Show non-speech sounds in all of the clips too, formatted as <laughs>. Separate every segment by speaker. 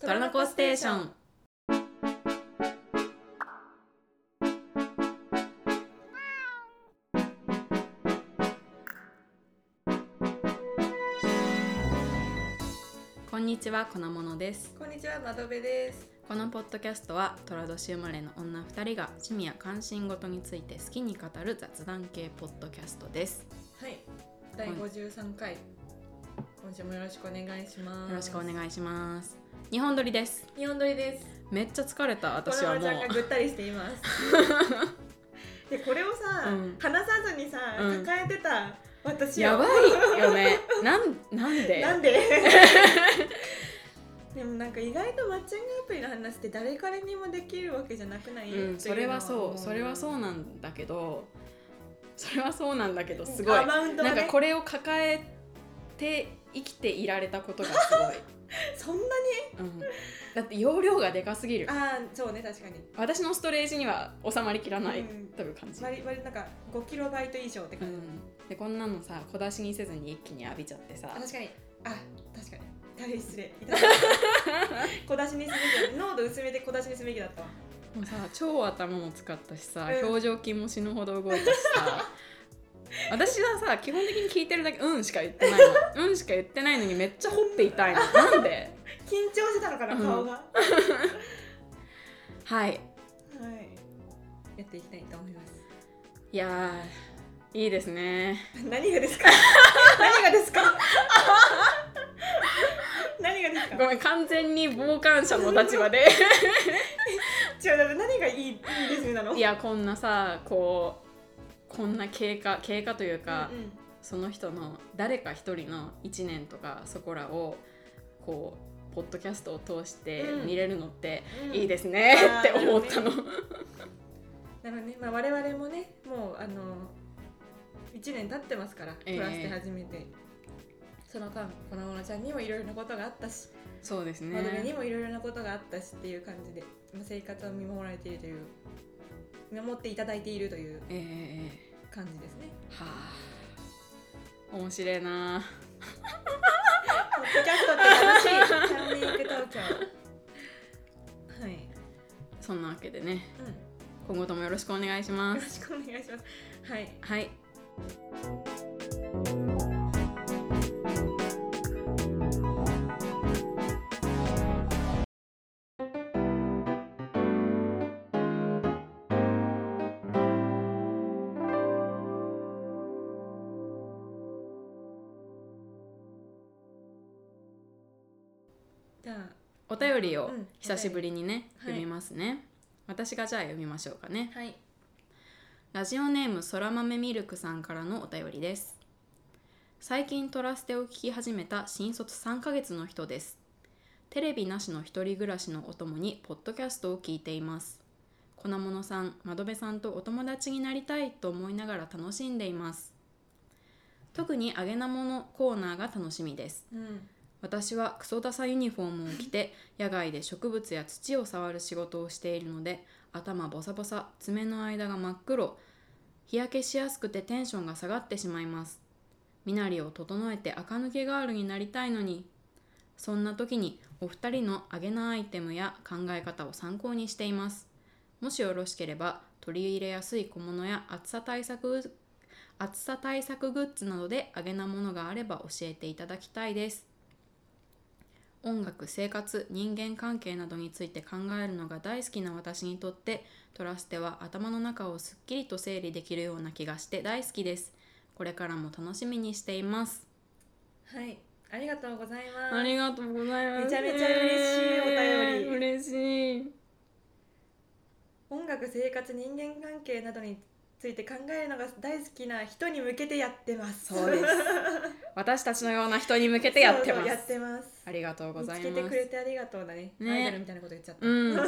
Speaker 1: トラノコステーション。こんにちは、このものです。
Speaker 2: こんにちは、などべです。
Speaker 1: このポッドキャストは、寅年生まれの女2人が趣味や関心事について好きに語る雑談系ポッドキャストです。
Speaker 2: はい、第53回。今週もよろしくお願いします。
Speaker 1: よろしくお願いします。日本撮りです。
Speaker 2: 日本撮りです。
Speaker 1: めっちゃ疲れた、私はも
Speaker 2: このままちゃんが
Speaker 1: う。
Speaker 2: ぐったりしてい
Speaker 1: <laughs>
Speaker 2: ます。で、これをさ、
Speaker 1: うん
Speaker 2: 話さずにさ、
Speaker 1: うん
Speaker 2: 抱えてた私を
Speaker 1: やばいよね。なん、なん
Speaker 2: <laughs>
Speaker 1: で。
Speaker 2: なん
Speaker 1: <laughs>
Speaker 2: ででもなんか意外とマッチングアプリの話って誰からにもできるわけじゃなくない、
Speaker 1: うん、それはそうそれはそううなんだけどそれはそうなんだけどす
Speaker 2: す
Speaker 1: ご
Speaker 2: ご
Speaker 1: い、
Speaker 2: いマウント
Speaker 1: な
Speaker 2: が
Speaker 1: んか
Speaker 2: ね
Speaker 1: これを抱えて生きていられたことがす
Speaker 2: そんなに
Speaker 1: ごい、うん、だって容量がでかすぎる
Speaker 2: ああそうね確かに
Speaker 1: 私のストレージには収まりきらない
Speaker 2: うん
Speaker 1: という感じ、
Speaker 2: 割り割りなんか5キロバイト以上って
Speaker 1: う
Speaker 2: 感じ、
Speaker 1: ん、でこんなのさ小出しにせずに一気に浴びちゃってさ
Speaker 2: あ確かにあ確かに大変失礼いただきます小出しにすべきだ濃度薄めで小出しにすべきだったわ
Speaker 1: もうさ超頭も使ったしさ、
Speaker 2: うん
Speaker 1: 表情筋も死ぬほど動いたし
Speaker 2: <laughs>
Speaker 1: さ私はさ基本的に聞いてるだけ「うん」しか言ってないの「うん」しか言ってないのにめっちゃほっぺ痛いのなんで
Speaker 2: 緊張してたのかな
Speaker 1: うん
Speaker 2: 顔が、は
Speaker 1: はい
Speaker 2: いやっていきたいと思います
Speaker 1: いやーいいですね
Speaker 2: 何がですか何がですか何がですか
Speaker 1: ごめん完全に傍観者の立場
Speaker 2: <laughs>
Speaker 1: で
Speaker 2: 違うだって何がいいいいですねなの
Speaker 1: いやこんなさこうこんな経過経過というか、
Speaker 2: うんうん
Speaker 1: その人の誰か一人の1年とかそこらをこうポッドキャストを通して
Speaker 2: うん
Speaker 1: 見れるのって
Speaker 2: うん
Speaker 1: いいですね
Speaker 2: あー
Speaker 1: って思ったの、
Speaker 2: なのでね、まあ、我々もねもうあの1年経ってますから
Speaker 1: ええ
Speaker 2: 暮らして初めて、その間このままちゃんにもいろいろなことがあったし
Speaker 1: そうです
Speaker 2: まどりに
Speaker 1: ね
Speaker 2: もいろいろなことがあったしっていう感じでまあ生活を見守られているという見守っていただいているという
Speaker 1: ええ
Speaker 2: 感じ <laughs> ですね。
Speaker 1: はあ面白いな
Speaker 2: ポッドキャストって楽しいチャンネル東京。はい、
Speaker 1: そんなわけでね
Speaker 2: う
Speaker 1: 今後ともよろしくお願いし
Speaker 2: ん、
Speaker 1: ま
Speaker 2: よろ
Speaker 1: す
Speaker 2: しくお願いします。はい、
Speaker 1: はい
Speaker 2: じゃ
Speaker 1: お便りを
Speaker 2: うん
Speaker 1: 久しぶりにね、
Speaker 2: はい
Speaker 1: 読みますね、私がじゃあ読みましょうかね
Speaker 2: あ、はい、
Speaker 1: ラジオネームそら豆ミルクさんからのお便りです最近トラステを聞き始めた新卒3ヶ月の人ですテレビなしの一人暮らしのお供にポッドキャストを聞いています粉物さん窓辺さんとお友達になりたいと思いながら楽しんでいます特に揚げなものコーナーが楽しみです
Speaker 2: うん、
Speaker 1: 私はクソダサユニフォームを着て野外で植物や土を触る仕事をしているので頭ボサボサ爪の間が真っ黒日焼けしやすくてテンションが下がってしまいます身なりを整えて垢抜けガールになりたいのにそんな時にお二人のあげなアイテムや考え方を参考にしていますもしよろしければ取り入れやすい小物や暑さ対策暑さ対策グッズなどであげなものがあれば教えていただきたいです音楽生活人間関係などについて考えるのが大好きな私にとってトラステは頭の中をすっきりと整理できるような気がして大好きですこれからも楽しみにしています
Speaker 2: はい、ありがとうございます。
Speaker 1: ありがとうございます
Speaker 2: めちゃめちゃ嬉しいお便り
Speaker 1: 嬉しい
Speaker 2: 音楽生活人間関係などについて考えるのが大好きな人に向けてやってます
Speaker 1: そうです私たちのような人に向けてやってます
Speaker 2: そうそうやってます
Speaker 1: ありがとうござい
Speaker 2: 見つけ
Speaker 1: ま
Speaker 2: て
Speaker 1: す
Speaker 2: くれてありがとうだね
Speaker 1: ね
Speaker 2: アイドルみたいなこと言っちゃった、 <laughs>
Speaker 1: うん
Speaker 2: 今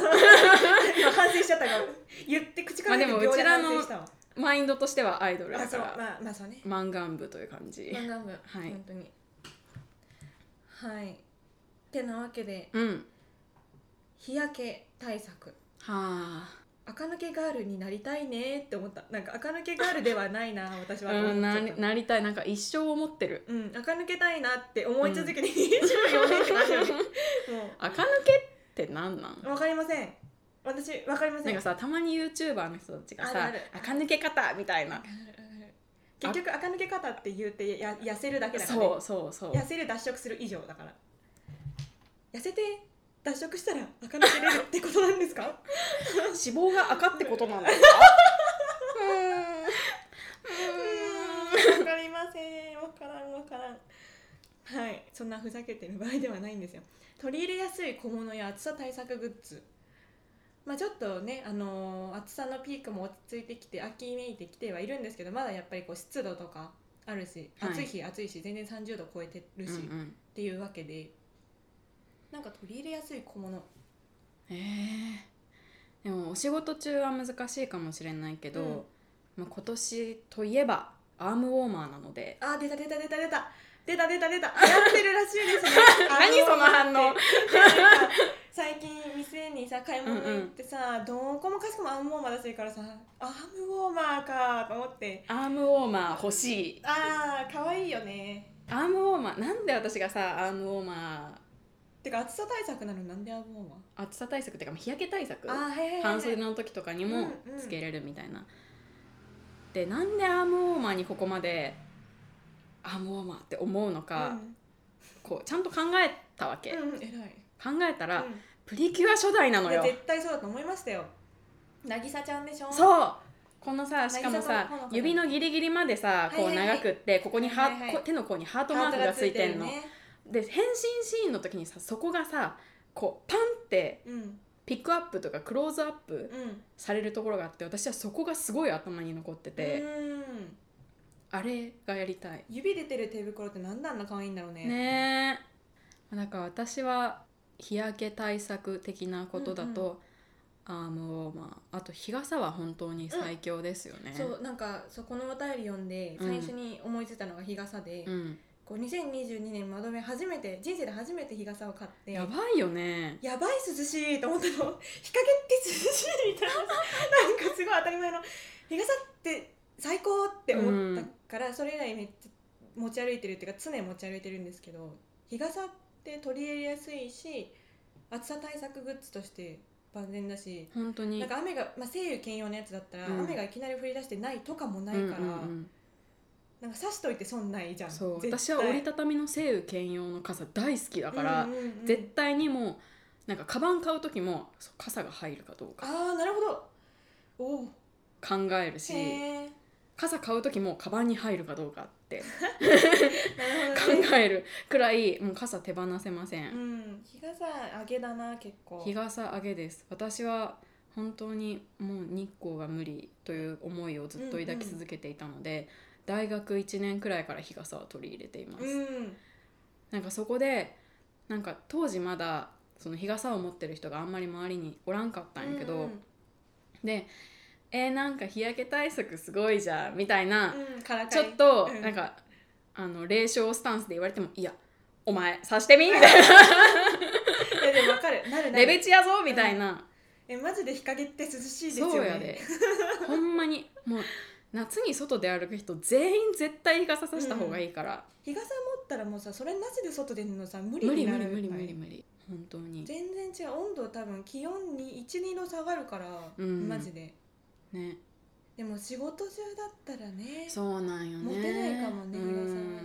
Speaker 2: 反省しち
Speaker 1: <laughs>
Speaker 2: ゃったから言って口から出て
Speaker 1: まあでもうちらの
Speaker 2: 秒で反省したわ
Speaker 1: マインドとしてはアイドルだ
Speaker 2: あ
Speaker 1: か
Speaker 2: そうま
Speaker 1: ら
Speaker 2: あまあそうね
Speaker 1: 漫画部という感じ
Speaker 2: 漫画部
Speaker 1: はい
Speaker 2: 本当にはいってなわけで
Speaker 1: うんは
Speaker 2: 日焼け対策
Speaker 1: あ
Speaker 2: 垢抜けガールになりたいねって思ったなんか垢抜けガールではないな私はと
Speaker 1: うん、
Speaker 2: 思っ
Speaker 1: な
Speaker 2: ちゃった
Speaker 1: りなりたいなんか一生思って
Speaker 2: <laughs>
Speaker 1: る
Speaker 2: うん垢抜けたいなって思い続けて24年ってなるよねも
Speaker 1: 垢抜けってなんなん
Speaker 2: うわかりません私わかりませ
Speaker 1: なんんかさたまに YouTuber の人たちが
Speaker 2: あ
Speaker 1: さ
Speaker 2: るある
Speaker 1: 垢抜け方みたいな
Speaker 2: 結局垢抜け方って言うてや痩せるだけだから、ね
Speaker 1: そ、うそうそう
Speaker 2: 痩せる脱色する以上だから痩せて脱色したら垢抜けれるってことなんですか
Speaker 1: 脂肪が赤ってことな
Speaker 2: <laughs>
Speaker 1: んですか
Speaker 2: う
Speaker 1: う
Speaker 2: ーんわかりませんわからんわからんはいそんなふざけてる場合ではないんですよ取り入れやすい小物や暑さ対策グッズまあちょっとね、あのー暑さのピークも落ち着いてきて秋めいてきてはいるんですけどまだやっぱりこう湿度とかあるし
Speaker 1: はい
Speaker 2: 暑い日暑いし全然30度超えてるし、
Speaker 1: ーんうんうん
Speaker 2: っていうわけでなんか取り入れやすい小物
Speaker 1: えーでもお仕事中は難しいかもしれないけど、
Speaker 2: うん
Speaker 1: まあ、今年といえばアームウォーマーなので
Speaker 2: あー出た出た出た出た出た出た出たやってるらしいですね
Speaker 1: <laughs> 何その反応
Speaker 2: あのなんか最近店にさ買い物行ってさ、どこもかしこもアームウォーマーだしいからさアームウォーマーかと思って
Speaker 1: アームウォーマー欲しい
Speaker 2: あー可愛いよね
Speaker 1: アームウォーマーなんで私がさアームウォーマ
Speaker 2: てか暑さ対策なのになんでアームウォーマ
Speaker 1: ー暑さ対策っていうか日焼け対策
Speaker 2: ーあーはいはいはい、はい、
Speaker 1: 半袖の時とかにも
Speaker 2: うんうん
Speaker 1: つけれるみたいな、でなんでアームウォーマーにここまでアームウォーマーって思うのか、こうちゃんと考えたわけ、
Speaker 2: うん、うん、偉い
Speaker 1: 考えた
Speaker 2: う
Speaker 1: ら、
Speaker 2: ん
Speaker 1: プリキュア初代なの
Speaker 2: いや
Speaker 1: よ
Speaker 2: 絶対そうだと思いましたよ渚ちゃんでしょ
Speaker 1: そうこのさしかも
Speaker 2: 渚
Speaker 1: さ
Speaker 2: とほのかの
Speaker 1: 指のギリギリまでさこう
Speaker 2: はいはいはい
Speaker 1: 長くってここにハ
Speaker 2: は
Speaker 1: ー
Speaker 2: いはいはい
Speaker 1: こ手の甲にハートマークがついてんの
Speaker 2: ハートがついるね
Speaker 1: で変身シーンの時にさそこがさこうパンって
Speaker 2: うん
Speaker 1: ピックアップとかクローズアップ
Speaker 2: うん
Speaker 1: されるところがあって私はそこがすごい頭に残ってて、
Speaker 2: うん
Speaker 1: あれがやりたい
Speaker 2: 指出てる手袋ってなんであんな可愛いんだろうね
Speaker 1: ねえだから私は日焼け対策的なことだと、アームウォーマーあと日傘は本当に最強ですよね、うん、
Speaker 2: そうなんかそこのお便り読んで
Speaker 1: う
Speaker 2: 最
Speaker 1: ん
Speaker 2: 初に思いついたのが日傘で、こう2022年窓辺初めて人生で初めて日傘を買って
Speaker 1: やばいよね
Speaker 2: やばい涼しいと思ったの <laughs> 日陰って涼しいみたいななんかすごい当たり前の日傘って最高って思ったから、それ以来めっちゃ持ち歩いてるっていうか常持ち歩いてるんですけど日傘って取り入れやすいし暑さ対策グッズとして万全だし
Speaker 1: 本当に
Speaker 2: なんか雨が、まあ、晴雨兼用のやつだったら、
Speaker 1: うん
Speaker 2: 雨がいきなり降り出してないとかもない
Speaker 1: うん
Speaker 2: から、
Speaker 1: うん
Speaker 2: なんか差しといて損ないじゃ
Speaker 1: うんん、そ
Speaker 2: 絶
Speaker 1: う
Speaker 2: 対
Speaker 1: 私は折りたたみの晴雨兼用の傘大好きだから、
Speaker 2: うんうんうん
Speaker 1: 絶対にもうなんかカバン買う時もそう傘が入るかどうか
Speaker 2: ああなるほどおお
Speaker 1: 考えるし
Speaker 2: へえ
Speaker 1: 傘買う時もカバンに入るかどう
Speaker 2: <laughs>
Speaker 1: かって
Speaker 2: なるほ
Speaker 1: 考
Speaker 2: ど、ね、
Speaker 1: えるくらいもう傘手放せません
Speaker 2: うん日傘上げだな結構
Speaker 1: 日傘上げです私は本当にもう日光が無理という思いをずっと抱き続けていたので、大学1年くらいから日傘は取り入れています、
Speaker 2: うん
Speaker 1: なんかそこでなんか当時まだその日傘を持ってる人があんまり周りにおらんかったんやけど、
Speaker 2: うんうん
Speaker 1: でえーなんか日焼け対策すごいじゃんみたいな、
Speaker 2: うんからかい
Speaker 1: ちょ
Speaker 2: <laughs>
Speaker 1: っと
Speaker 2: うん
Speaker 1: なんか、あの冷笑スタンスで言われてもいやお前さしてみみ
Speaker 2: <laughs>
Speaker 1: たい
Speaker 2: いやでもわかるなる
Speaker 1: な
Speaker 2: な
Speaker 1: レ
Speaker 2: る
Speaker 1: ベチやぞみたいな、
Speaker 2: えマジで日陰って涼しいですよね
Speaker 1: そうやでほんまにもう夏に外で歩く人全員絶対日傘さした方がいいから、
Speaker 2: 日傘持ったらもうさそれなしで外出るのさ無理
Speaker 1: 無理
Speaker 2: にな
Speaker 1: 無
Speaker 2: る
Speaker 1: 理無理
Speaker 2: はい
Speaker 1: 無理無理本当に
Speaker 2: 全然違う温度多分気温に12度下がるから、
Speaker 1: うん
Speaker 2: マジで
Speaker 1: ね
Speaker 2: でも仕事中だったらね
Speaker 1: そうなんよね
Speaker 2: 持てないかもね
Speaker 1: うん
Speaker 2: 日傘は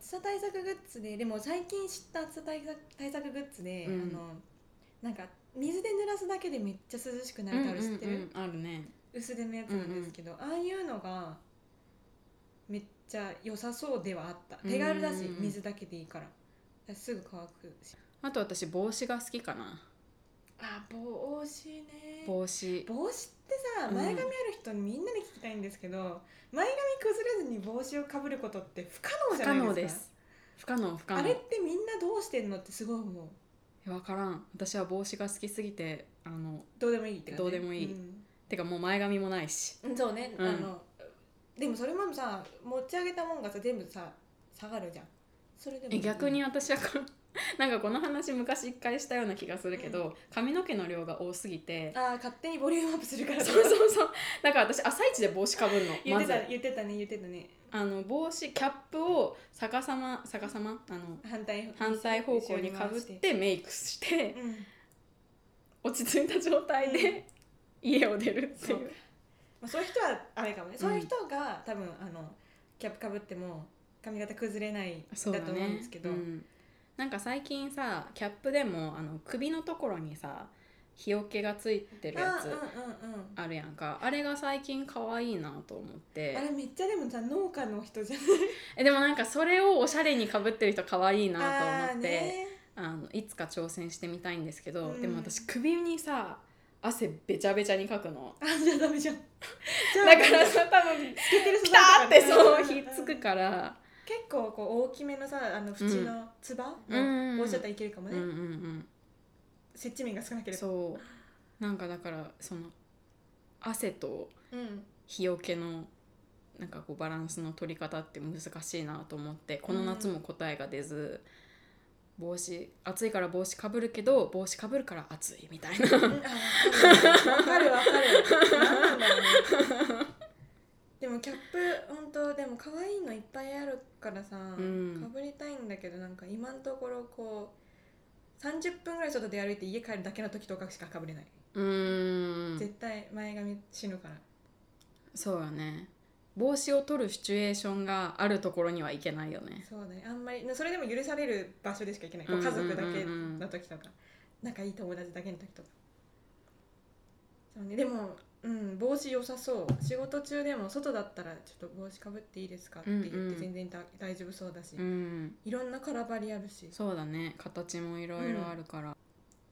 Speaker 2: 暑さ対策グッズででも最近知った暑さ対策対策グッズで、
Speaker 1: うん
Speaker 2: あのなんか水で濡らすだけでめっちゃ涼しくなるタオル知ってる、
Speaker 1: うんうんうんあるね
Speaker 2: 薄手のやつなんですけど、ああいうのがめっちゃ良さそうではあった手軽だし、
Speaker 1: うん
Speaker 2: 水だけでいいからだからすぐ乾くし
Speaker 1: あと私帽子が好きかな
Speaker 2: あ帽子ね
Speaker 1: 帽子
Speaker 2: 帽子ってさ
Speaker 1: うん
Speaker 2: 前髪ある人にみんなに聞きたいんですけど、前髪崩れずに帽子をかぶることって不可能
Speaker 1: 不
Speaker 2: じ
Speaker 1: 可
Speaker 2: ゃな
Speaker 1: 能
Speaker 2: い
Speaker 1: で
Speaker 2: ですか
Speaker 1: す不可能不可
Speaker 2: あ
Speaker 1: 能
Speaker 2: れってみんなどうしてんのってすごい思う
Speaker 1: 分からん私は帽子が好きすぎてあの
Speaker 2: どうでもいいって感じ
Speaker 1: どうでもいい
Speaker 2: うん
Speaker 1: てかもう前髪もないし
Speaker 2: うんそうね、
Speaker 1: うん
Speaker 2: あのでもそれもさ持ち上げたもんがさ全部さ下がるじゃんそれでも
Speaker 1: え逆に私はこなんかこの話昔一回したような気がするけど髪の毛の量が多すぎて
Speaker 2: ああ勝手にボリュームアップする <laughs> から
Speaker 1: そうそうそうだから私朝一で帽子かぶるの
Speaker 2: 言っ
Speaker 1: ま
Speaker 2: て
Speaker 1: ず
Speaker 2: た言ってたね言ってたね
Speaker 1: あの帽子キャップを逆さま逆さまあの
Speaker 2: 反対
Speaker 1: 反対方向にかぶっ、てメイクして
Speaker 2: うん
Speaker 1: 落ち着いた状態で家を出るって
Speaker 2: そ
Speaker 1: いう
Speaker 2: うまあ、そういう人はあれかもね、そういう人が多分あのキャップかぶっても髪型崩れない
Speaker 1: そう
Speaker 2: だ
Speaker 1: だ
Speaker 2: と思うん
Speaker 1: ね
Speaker 2: ですけど、
Speaker 1: んなんか最近さキャップでもあの首のところにさ日よけがついてるや
Speaker 2: あー
Speaker 1: つ
Speaker 2: うんうんうん
Speaker 1: あるやんかあれが最近可愛いなと思って
Speaker 2: あれめっちゃでもさ農家の人じゃ
Speaker 1: えでもなんかそれをおしゃれにかぶってる人可愛いな
Speaker 2: ない
Speaker 1: と
Speaker 2: あ
Speaker 1: 思
Speaker 2: ー
Speaker 1: って
Speaker 2: ね
Speaker 1: あのいつか挑戦してみたいんですけど、
Speaker 2: うん
Speaker 1: でも私首にさ汗べちゃべちゃにかくの
Speaker 2: あじゃあダメじゃんじゃあ
Speaker 1: だからさ多分
Speaker 2: つけてる
Speaker 1: ピ
Speaker 2: 素
Speaker 1: ター
Speaker 2: 材とか
Speaker 1: っ
Speaker 2: ね
Speaker 1: てそうひっつくから
Speaker 2: 結構こう大きめのさあの縁のつば
Speaker 1: うん
Speaker 2: の帽子だったらいけるかも
Speaker 1: うん
Speaker 2: ね、
Speaker 1: うんうん
Speaker 2: 接地面が少なければ
Speaker 1: そうなんかだからその汗と
Speaker 2: う、ん、
Speaker 1: 日よけのなんかこうバランスの取り方って難しいなと思ってこの夏も答えが出ず、帽子暑いから帽子かぶるけど帽子かぶるから暑いみたいな <laughs>
Speaker 2: あわかるわかる何なんだろうねでもキャップ本当でも可愛いのいっぱいあるからさ、
Speaker 1: ん
Speaker 2: かぶりたいんだけどなんか今のところこう30分ぐらい外で歩いて家帰るだけの時とかしかかぶれない、
Speaker 1: うーん
Speaker 2: 絶対前髪死ぬから
Speaker 1: そうよね帽子を取るシチュエーションがあるところにはいけないよね
Speaker 2: そうだねあんまりそれでも許される場所でしか行けないこう
Speaker 1: うんう
Speaker 2: 家
Speaker 1: んうんうん
Speaker 2: 族だけの時とか仲いい友達だけの時とかそう、ね、でも、うん、帽子良さそう仕事中でも外だったらちょっと帽子かぶっていいですかって言って
Speaker 1: うんうん
Speaker 2: 全然だ大丈夫そうだし、
Speaker 1: うん
Speaker 2: いろんな空張りあるし
Speaker 1: そうだね形もいろいろあるから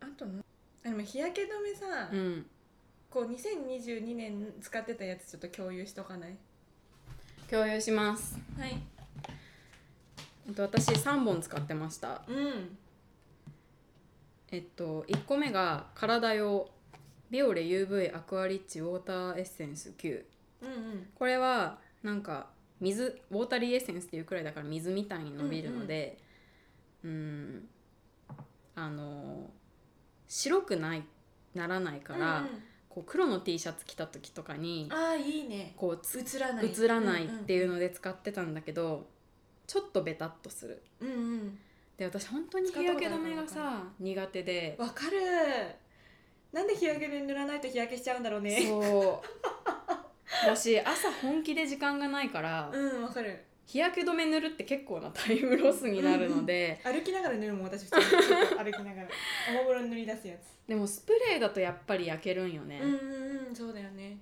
Speaker 2: あとなあでも日焼け止めさ、
Speaker 1: うん
Speaker 2: こう2022年使ってたやつちょっと共有しとかない
Speaker 1: 共有します
Speaker 2: はい
Speaker 1: えっと私3本使ってました
Speaker 2: うん
Speaker 1: えっと1個目が体用ビオレ UV アクアリッチウォーターエッセンス9
Speaker 2: うんうん
Speaker 1: これはなんか水ウォータリーエッセンスっていうくらいだから水みたいに伸びるのでうん,、あの白くないならないから、
Speaker 2: うん
Speaker 1: こう黒の T シャツ着た時とかに
Speaker 2: うんああいいね
Speaker 1: こうつ
Speaker 2: 映らない
Speaker 1: 映らないっていう
Speaker 2: の
Speaker 1: ので使ってたんだけど、ちょっとベタっとする
Speaker 2: うんうん
Speaker 1: で私本当に日焼け止めがさ苦手で
Speaker 2: わかるなんで日焼けで塗らないと日焼けしちゃうんだろうね
Speaker 1: そうだし朝本気で時間がないから、
Speaker 2: うんわかる
Speaker 1: 日焼け止め塗るって結構なタイムロスになるので、
Speaker 2: 歩きながら塗るもん私普通にちょっと <laughs> 歩きながらおもむろに塗り出すやつ
Speaker 1: でもスプレーだとやっぱり焼けるんよね、
Speaker 2: んうんそうだよね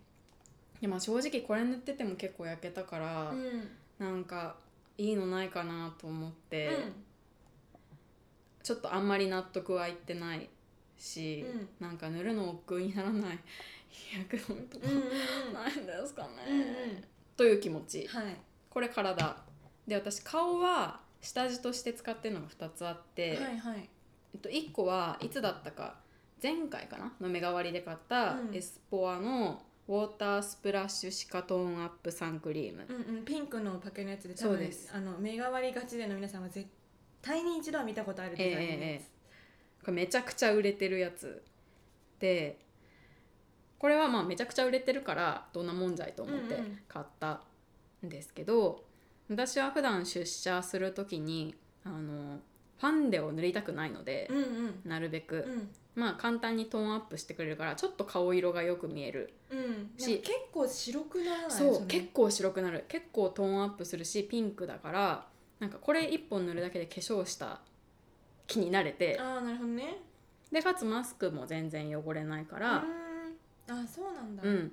Speaker 1: でまあ正直これ塗ってても結構焼けたから、
Speaker 2: うん、
Speaker 1: なんかいいのないかなと思って、ちょっとあんまり納得はいってないし、なんか塗るの億劫にならない日焼け止めとか
Speaker 2: うんうんうん
Speaker 1: ないんですかね、
Speaker 2: うんうん
Speaker 1: という気持ち
Speaker 2: はい
Speaker 1: これ体で私顔は下地として使ってるのが2つあって、
Speaker 2: はいはい
Speaker 1: えっと、1個はいつだったか前回かなの目代わりで買った
Speaker 2: うん
Speaker 1: エスポアのウォータースプラッシュシカトーンアップサンクリーム、
Speaker 2: うんうんピンクのパッケージのやつで
Speaker 1: そうです
Speaker 2: あの目変わりがちでの皆さんは絶対に一度は見たことあるデザインのやつ、
Speaker 1: これめちゃくちゃ売れてるやつでこれはまあめちゃくちゃ売れてるからどんなもんじゃいと思って
Speaker 2: うんうん
Speaker 1: 買ったんですけど、私は普段出社する時にあのファンデを塗りたくないので、
Speaker 2: うんうん
Speaker 1: なるべく、
Speaker 2: うん
Speaker 1: まあ簡単にトーンアップしてくれるからちょっと顔色がよく見える
Speaker 2: うん、
Speaker 1: し
Speaker 2: でも結構白くならない
Speaker 1: そ
Speaker 2: れ
Speaker 1: う結構白くなる結構トーンアップするしピンクだからなんかこれ1本塗るだけで化粧した気になれて
Speaker 2: ああなるほどね
Speaker 1: でかつマスクも全然汚れないから
Speaker 2: うーんあそうなんだ
Speaker 1: うん、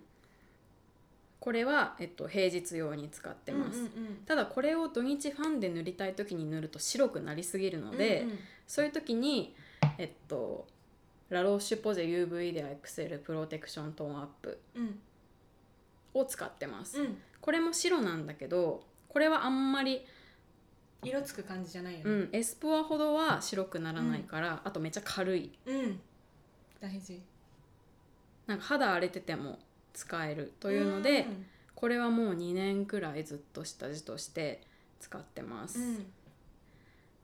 Speaker 1: これは、えっと、平日用に使ってます、
Speaker 2: うんうん
Speaker 1: ただこれを土日ファンで塗りたい時に塗ると白くなりすぎる
Speaker 2: う
Speaker 1: の
Speaker 2: ん、
Speaker 1: で、
Speaker 2: うんうん
Speaker 1: そういう時にえっとラロッシュポゼ UV デアエクセルプロテクショントーンアップ
Speaker 2: うん
Speaker 1: を使ってます、
Speaker 2: うん、
Speaker 1: これも白なんだけどこれはあんまり
Speaker 2: 色つく感じじゃないよ
Speaker 1: う
Speaker 2: ね
Speaker 1: ん、エスポアほどは白くならないから、あとめっちゃ軽い
Speaker 2: うん、大事
Speaker 1: なんか肌荒れてても使えるというので、これはもう2年くらいずっと下地として使ってます、
Speaker 2: うんう
Speaker 1: っ
Speaker 2: ん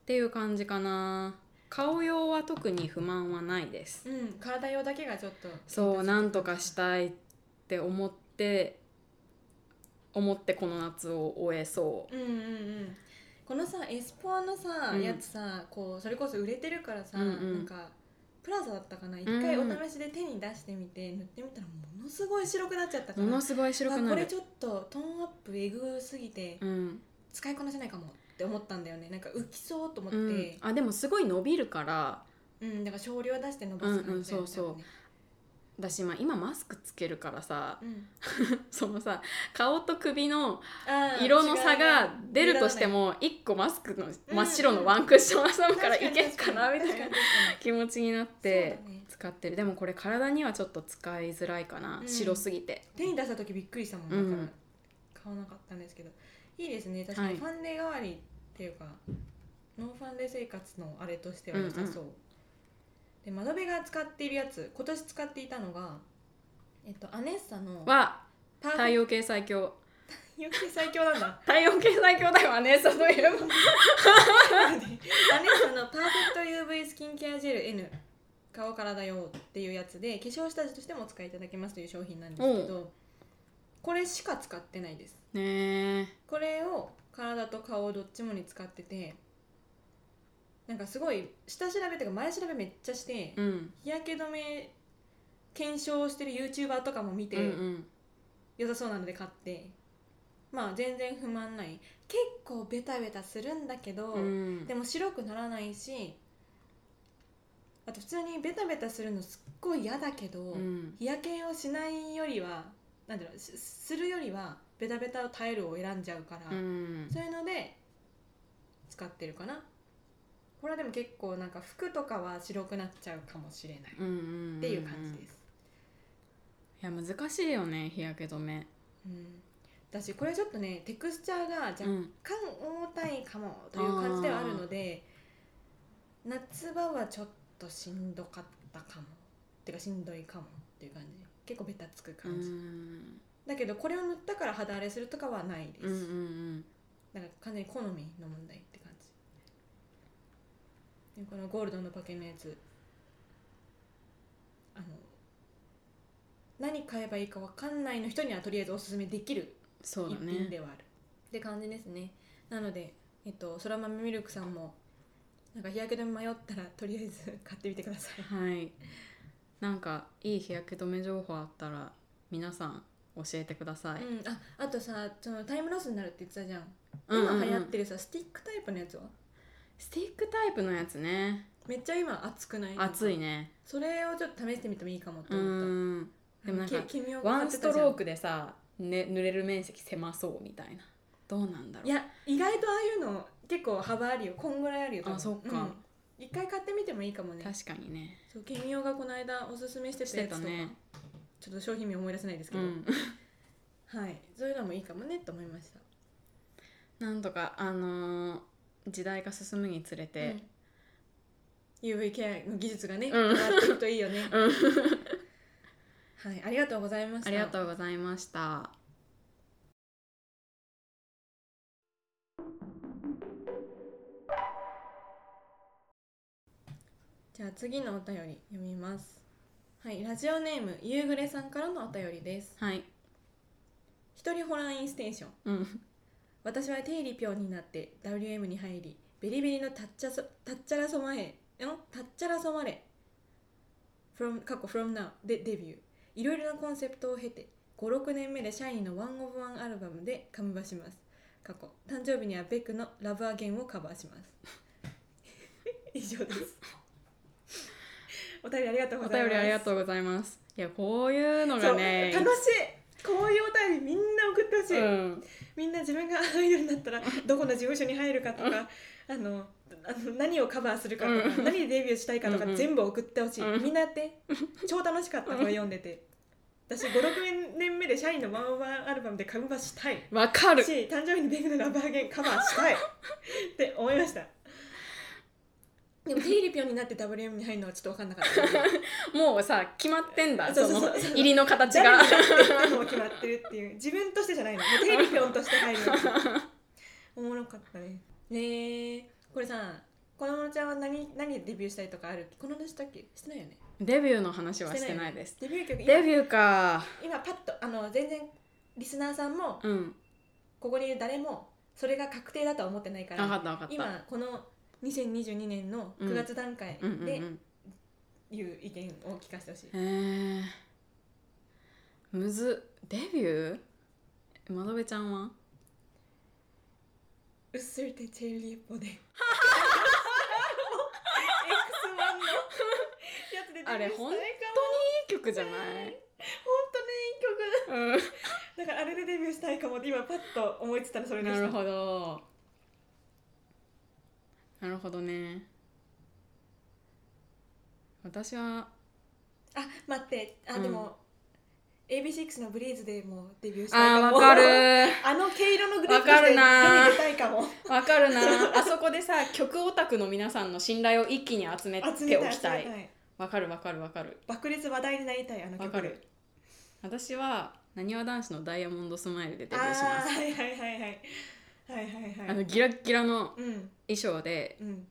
Speaker 1: ていう感じかな顔用は特に不満はないです
Speaker 2: うん、体用だけがちょっと
Speaker 1: そうなんとかしたいって思って思ってこの夏を終えそう
Speaker 2: うんうんうんこのさエスポアのさ、
Speaker 1: うん
Speaker 2: やつさこうそれこそ売れてるからさ、
Speaker 1: うんうん
Speaker 2: なんかプラザだったかな一
Speaker 1: ん
Speaker 2: 回お試しで手に出してみて、塗ってみたらものすごい白くなっちゃったから
Speaker 1: ものすごい白く
Speaker 2: あ
Speaker 1: な
Speaker 2: これ
Speaker 1: る
Speaker 2: ちょっとトーンアップえぐすぎて
Speaker 1: うん、
Speaker 2: 使いこなせないかもって思ったんだよねなんか浮きそうと思っ
Speaker 1: う
Speaker 2: て、うん
Speaker 1: ん、あでもすごい伸びるから
Speaker 2: だから少量出して伸ばす感じだよね、
Speaker 1: うんうんそうそう
Speaker 2: 多分ね
Speaker 1: 私、まあ、今マスクつけるからさ
Speaker 2: うん
Speaker 1: そのさ顔と首の
Speaker 2: あー
Speaker 1: 色の差
Speaker 2: 違う
Speaker 1: が
Speaker 2: ね
Speaker 1: 出るとしても1個マスクの
Speaker 2: うん
Speaker 1: 真っ白のワンクッション挟むから
Speaker 2: 確
Speaker 1: い
Speaker 2: に
Speaker 1: けっかなみた
Speaker 2: 確
Speaker 1: い
Speaker 2: に確
Speaker 1: な
Speaker 2: かに
Speaker 1: 気持ちになって
Speaker 2: そうだね
Speaker 1: 使ってるでもこれ体にはちょっと使いづらいかな、
Speaker 2: うん
Speaker 1: 白すぎて
Speaker 2: 手に出した時びっくりしたもんだ
Speaker 1: う
Speaker 2: か
Speaker 1: ん
Speaker 2: ら買わなかったんですけど、いいですね確か
Speaker 1: はい
Speaker 2: にファンデ代わりっていうか、ノンファンデ生活のあれとしては良さそう、で窓辺が使っているやつ今年使っていたのがえっとアネッサの
Speaker 1: は
Speaker 2: パーフ
Speaker 1: 太
Speaker 2: <laughs> ェク
Speaker 1: 陽系最強
Speaker 2: ト余計最強なんだ
Speaker 1: 太陽系最強だよ <laughs> 姉さんといえば
Speaker 2: アネッサのパーフェクト UV スキンケアジェル N 顔体用っていうやつで化粧下地としてもお使いいただけますという商品なんですけどこれしか使ってないです
Speaker 1: ねえ
Speaker 2: これを体と顔どっちもに使っててなんかすごい下調べとか前調べめっちゃして、
Speaker 1: うん
Speaker 2: 日焼け止め検証してる YouTuber とかも見て、
Speaker 1: うんうん
Speaker 2: 良さそうなので買ってまあ全然不満ない結構ベタベタするんだけど、
Speaker 1: うん
Speaker 2: でも白くならないしあと普通にベタベタするのすっごい嫌だけど、
Speaker 1: うん
Speaker 2: 日焼けをしないよりはなんだろうしするよりはベタベタを耐えるを選んじゃうから、
Speaker 1: うん
Speaker 2: そういうので使ってるかなこれはでも結構なんか服とかは白くなっちゃうかもしれないっ
Speaker 1: うん
Speaker 2: ていう感じです、
Speaker 1: いや難しいよね日焼け止め
Speaker 2: うん私これちょっとねテクスチャーが若
Speaker 1: うん
Speaker 2: 干重たいかもという感じではあるので、夏場はちょっとしんどかったかもてかしんどいかもっていう感じ結構ベタつく
Speaker 1: う
Speaker 2: 感じ、
Speaker 1: ん
Speaker 2: だけどこれを塗ったから肌荒れするとかはないです、
Speaker 1: うんうん
Speaker 2: なんか完全に好みの問題って感じでこのゴールドのパケのやつあの何買えばいいか分かんないの人にはとりあえずおすすめできる
Speaker 1: そうだ
Speaker 2: 一品
Speaker 1: ね
Speaker 2: ではある、って感じですねなのでえっとそら豆ミルクさんもなんか日焼け止め迷ったらとりあえず <laughs> 買ってみてください
Speaker 1: はいなんかいい日焼け止め情報あったら皆さん教えてください、
Speaker 2: うん、ああとさそのタイムロスになるって言ってたじゃん
Speaker 1: うんうんうん
Speaker 2: 今流行ってるさスティックタイプのやつは
Speaker 1: スティックタイプのやつね
Speaker 2: めっちゃ今熱くない
Speaker 1: 熱いね
Speaker 2: それをちょっと試してみてもいいかもって
Speaker 1: う
Speaker 2: 思っ
Speaker 1: ん
Speaker 2: た
Speaker 1: でもなんか
Speaker 2: け君を買
Speaker 1: ワ
Speaker 2: っ
Speaker 1: ン
Speaker 2: て
Speaker 1: ス
Speaker 2: た
Speaker 1: ト
Speaker 2: じゃん
Speaker 1: ロークでさ、ね、塗れる面積狭そうみたいなどうなんだろう
Speaker 2: いや意外とああいうの結構幅あるよこんぐらいあるよ多分
Speaker 1: あそっか
Speaker 2: うん一回買ってみてもいいかもね
Speaker 1: 確かにね
Speaker 2: そうケミオがこの間おすすめして
Speaker 1: したて
Speaker 2: やつ
Speaker 1: た
Speaker 2: とか、
Speaker 1: ね
Speaker 2: ちょっと商品名思い出せないですけ
Speaker 1: う
Speaker 2: ど、
Speaker 1: ん
Speaker 2: はいそういうのもいいかもねと思いました
Speaker 1: なんとかあのー時代が進むにつれて、
Speaker 2: うん UV ケアの技術がね、
Speaker 1: ん
Speaker 2: 上がっていくといいよね、
Speaker 1: うん
Speaker 2: はいありがとうございました
Speaker 1: ありがとうございました
Speaker 2: じゃあ次のお便り読みますはいラジオネーム夕暮れさんからのお便りです
Speaker 1: はい
Speaker 2: 一人ホラーインステーション
Speaker 1: うん
Speaker 2: 私はテイリピョンになって WM に入りベリベリのタッチャソタッチャラソマエんタッチャラソマレ from 過去 from now でデビューいろいろなコンセプトを経て56年目でシャイニーのワンオブワンアルバムでカムバします過去誕生日にはベックのラブアゲンをカバーします <laughs> 以上ですお便りありがとうご
Speaker 1: お
Speaker 2: ざいます
Speaker 1: 便りありがとうございますいやこういうのがね
Speaker 2: そう楽しいこういうお便りみんな送ってほしい、
Speaker 1: うん
Speaker 2: みんな自分がアイドルになったらどこの事務所に入るかとかあのあの何をカバーするかと
Speaker 1: う
Speaker 2: か
Speaker 1: ん
Speaker 2: 何でデビューしたいかとか
Speaker 1: うんうん
Speaker 2: 全部送ってほしい
Speaker 1: うん
Speaker 2: みんなやって超楽しかった
Speaker 1: うん
Speaker 2: これ読んでて私56年目で社員のワンオンワンアルバムでカバーしたい
Speaker 1: わかる
Speaker 2: し誕生日にベグのラバーゲンカバーしたいって思いましたで
Speaker 1: <laughs>
Speaker 2: もテイリピョンになって WM に入るのはちょっと分かんなかったけど
Speaker 1: もうさ決まってんだ
Speaker 2: そ
Speaker 1: そう
Speaker 2: そうそう
Speaker 1: の入りの形
Speaker 2: 誰
Speaker 1: が
Speaker 2: に入っていくのも決まってるっていう自分としてじゃないのもうテレビョンとして入るおもろかったねねえこれさこのものちゃんは何何でデビューしたりとかあるこの話だっけしてないよね
Speaker 1: デビューの話はしてないです
Speaker 2: デビュー曲
Speaker 1: デ
Speaker 2: 今
Speaker 1: ビューか
Speaker 2: 今パッとあの全然リスナーさんも
Speaker 1: うん
Speaker 2: ここにいる誰もそれが確定だとは思ってないから
Speaker 1: 分かった分かった
Speaker 2: 今この2022年の9月段階
Speaker 1: うんうんう
Speaker 2: で
Speaker 1: ん
Speaker 2: いう意見を聞かせてほしい、
Speaker 1: えー、むずデビューまどべちゃんは
Speaker 2: うっすりてチェリー
Speaker 1: <laughs>
Speaker 2: ポで X1 のやつでデビューしたいか
Speaker 1: あれ
Speaker 2: も
Speaker 1: 本いい曲じゃない、
Speaker 2: 本当ねいい曲
Speaker 1: う
Speaker 2: だ
Speaker 1: ん
Speaker 2: からあれでデビューしたいかもって今パッと思いついたらそれでした
Speaker 1: なるほどなるほどね私は
Speaker 2: あ待ってあ、
Speaker 1: うん
Speaker 2: でも AB6 の「ブリーズでもデビューしたい
Speaker 1: あ
Speaker 2: か
Speaker 1: ー
Speaker 2: も
Speaker 1: わかる
Speaker 2: <laughs> あの毛色のグループと
Speaker 1: わ
Speaker 2: して
Speaker 1: かる
Speaker 2: 世
Speaker 1: なー
Speaker 2: に出たいかも
Speaker 1: わかるなあそこでさ曲オタクの皆さんの信頼を一気に集め
Speaker 2: 集め
Speaker 1: てお
Speaker 2: たい
Speaker 1: き
Speaker 2: 集め
Speaker 1: た
Speaker 2: た
Speaker 1: い
Speaker 2: い
Speaker 1: わかるわかるわかる
Speaker 2: 爆裂話題になりたいあの曲
Speaker 1: わかる私はなにわ男子の「ダイヤモンドスマイル」でデビューしま
Speaker 2: ああ
Speaker 1: す
Speaker 2: はいはいはいはいはいはい
Speaker 1: あ
Speaker 2: はい
Speaker 1: のギラッギラの
Speaker 2: うん
Speaker 1: 衣装で、
Speaker 2: うん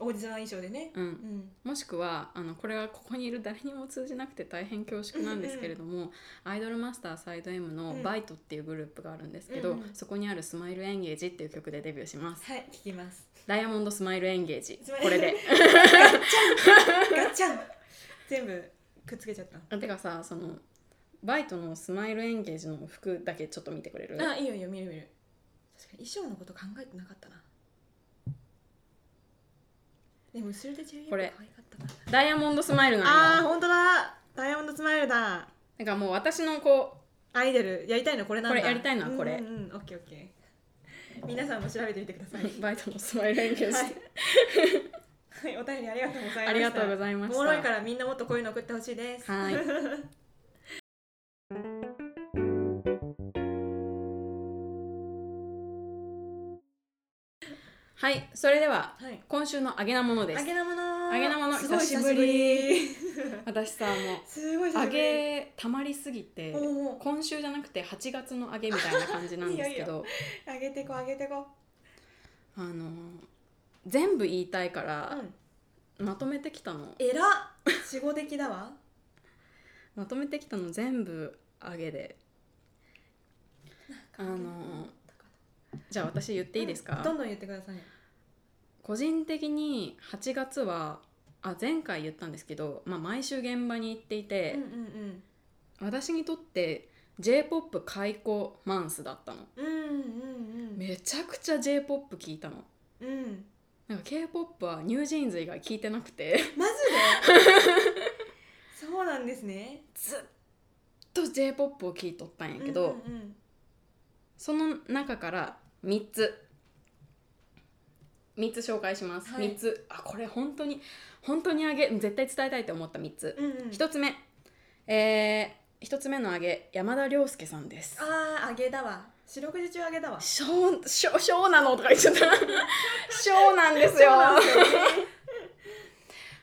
Speaker 2: オーディション衣装でね
Speaker 1: う、
Speaker 2: うんん
Speaker 1: もしくはあのこれはここにいる誰にも通じなくて大変恐縮なんですけれども「アイドルマスターサイド M」の
Speaker 2: う
Speaker 1: 「
Speaker 2: ん
Speaker 1: バイト」っていうグループがあるんですけど、
Speaker 2: うんうん
Speaker 1: そこにある「スマイルエンゲージ」っていう曲でデビューします
Speaker 2: はい聞きます
Speaker 1: ダイヤモンドスマイルエンゲージ
Speaker 2: スマイル
Speaker 1: これで
Speaker 2: ガッチャン全部くっつけちゃった
Speaker 1: てかさそのバイトのスマイルエンゲージの服だけちょっと見てくれる
Speaker 2: あいいよいいよ見る見る確かに衣装のこと考えてなかったなでも後ろでチェリー
Speaker 1: こ
Speaker 2: 可
Speaker 1: れ
Speaker 2: 愛かったな
Speaker 1: ダイヤモンドスマイル
Speaker 2: あ
Speaker 1: な
Speaker 2: ー
Speaker 1: のよ
Speaker 2: 本当だダイヤモンドスマイルだ
Speaker 1: なんかもう私のこ
Speaker 2: アイドルやりたいのこれなんだ
Speaker 1: これやりたいのはこれ
Speaker 2: うんうんうんオッケーオッケー皆さんも調べてみてください
Speaker 1: うバイトのスマイルエンゲージ、
Speaker 2: はい、お便りありがとうございました
Speaker 1: ありがとうご
Speaker 2: い
Speaker 1: ざいました
Speaker 2: おもろいからみんなもっとこういうの送ってほしいです
Speaker 1: はいはいそれでは
Speaker 2: はい
Speaker 1: 今週の揚げなものです
Speaker 2: 揚げなもの
Speaker 1: 揚げなもの
Speaker 2: すごい久し
Speaker 1: 久しぶ
Speaker 2: ぶ
Speaker 1: り
Speaker 2: り
Speaker 1: 私さも
Speaker 2: すごいう久
Speaker 1: 揚
Speaker 2: しぶり
Speaker 1: げたまりすぎて
Speaker 2: おうおう
Speaker 1: 今週じゃなくて8月の揚げみたいな感じなんですけど
Speaker 2: いいよいい揚げてこ揚げてこ
Speaker 1: あのー全部言いたいから
Speaker 2: う、ん
Speaker 1: まとめてきたの
Speaker 2: えらっ死後的だわ
Speaker 1: まとめてきたの全部揚げであのーじゃあ私言っていいですか、
Speaker 2: うんどんどん言ってください
Speaker 1: 個人的に8月はあ前回言ったんですけど、まあ、毎週現場に行っていて
Speaker 2: うん、うん
Speaker 1: 私にとって j p o p 開講マンスだったの
Speaker 2: うんうんうん
Speaker 1: めちゃくちゃ j p o p 聞いたの
Speaker 2: うんうん
Speaker 1: なんか k p o p はニュージーンズ以外聞いてなくて
Speaker 2: マ
Speaker 1: <laughs>
Speaker 2: ジでそうなんですね
Speaker 1: ずっと j p o p を聞いとったんやけど、
Speaker 2: うんうん
Speaker 1: その中から3つ3つ紹介します、
Speaker 2: はい
Speaker 1: 3つあこれ本当に本当にあげ絶対伝えたいと思った3つ、
Speaker 2: うんうん
Speaker 1: 一つ目、えー、一つ目のあげ山田涼介さんです
Speaker 2: あー揚げだわ四六時中揚げだわ
Speaker 1: ショーショーショーなのとか言
Speaker 2: <laughs>
Speaker 1: っちゃったショーなんですよ
Speaker 2: そうなんですよね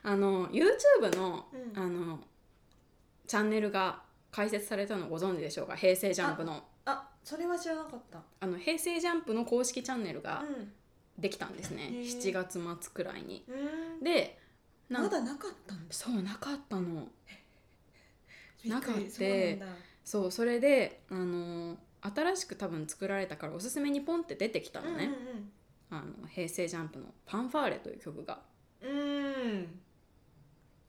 Speaker 1: あの YouTube の,、
Speaker 2: うん
Speaker 1: あのチャンネルが開設されたのご存知でしょうか平成ジャンプの
Speaker 2: あそれは知らなかった
Speaker 1: あの平成ジャンプの公式チャンネルが
Speaker 2: うん
Speaker 1: できたんですね、
Speaker 2: へー
Speaker 1: 7月末くらいに
Speaker 2: うん
Speaker 1: でなん
Speaker 2: まだなかったんだ
Speaker 1: そうなかった
Speaker 2: びっ
Speaker 1: の
Speaker 2: くり
Speaker 1: なかって
Speaker 2: そうなんだ
Speaker 1: そうそれであの新しく多分作られたからおすすめにポンって出てきたのね、あの平成ジャンプの「ファンファーレ」という曲が
Speaker 2: うんうんうん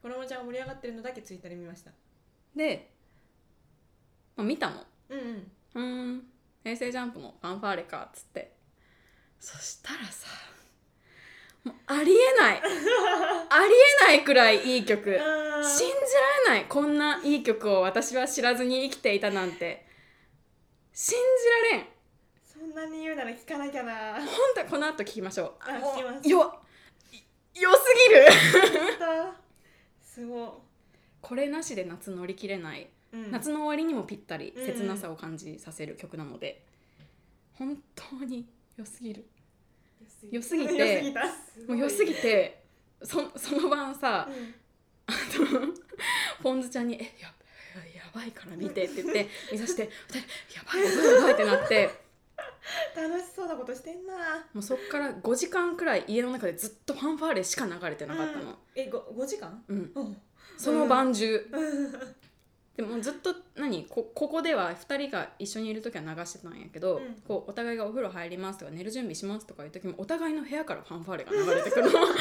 Speaker 2: このもちゃんが盛り上がってるのだけツイッターで見ました
Speaker 1: で、まあ、見たの
Speaker 2: うんうん
Speaker 1: うーん平成ジャンプの「ファンファーレ」かっつってそしたらさもうありえ
Speaker 2: <laughs>
Speaker 1: ないありえないくらいいい曲
Speaker 2: あー
Speaker 1: 信じられないこんないい曲を私は知らずに生きていたなんて信じられん
Speaker 2: そんなに言うなら聞かなきゃな
Speaker 1: 本当はこの後聞きましょう
Speaker 2: あ
Speaker 1: もう
Speaker 2: 聞きます
Speaker 1: よよすぎる
Speaker 2: すご
Speaker 1: これなしで夏乗り切れない、
Speaker 2: い、うん、
Speaker 1: 夏の終わりにもぴったり
Speaker 2: うん
Speaker 1: 切なさを感じさせる曲なので、本当に良すぎる良すぎて
Speaker 2: 良すぎた
Speaker 1: もう良すぎてそその晩さ
Speaker 2: うん
Speaker 1: あのポンズちゃんに「えやややばいから見て」って言って見させて「やばいやばいやばい」ってなって
Speaker 2: 楽しそうなことしてんな
Speaker 1: もうそっから5時間くらい家の中でずっとファンファーレしか流れてなかったの、
Speaker 2: えご5時間
Speaker 1: うん
Speaker 2: うん
Speaker 1: その晩中、
Speaker 2: うん
Speaker 1: でもずっと何こここでは2人が一緒にいる時は流してたんやけど、
Speaker 2: うん
Speaker 1: こうお互いがお風呂入りますとか寝る準備しますとかいう時もお互いの部屋からファンファーレが流れて
Speaker 2: <laughs>
Speaker 1: くるの
Speaker 2: それは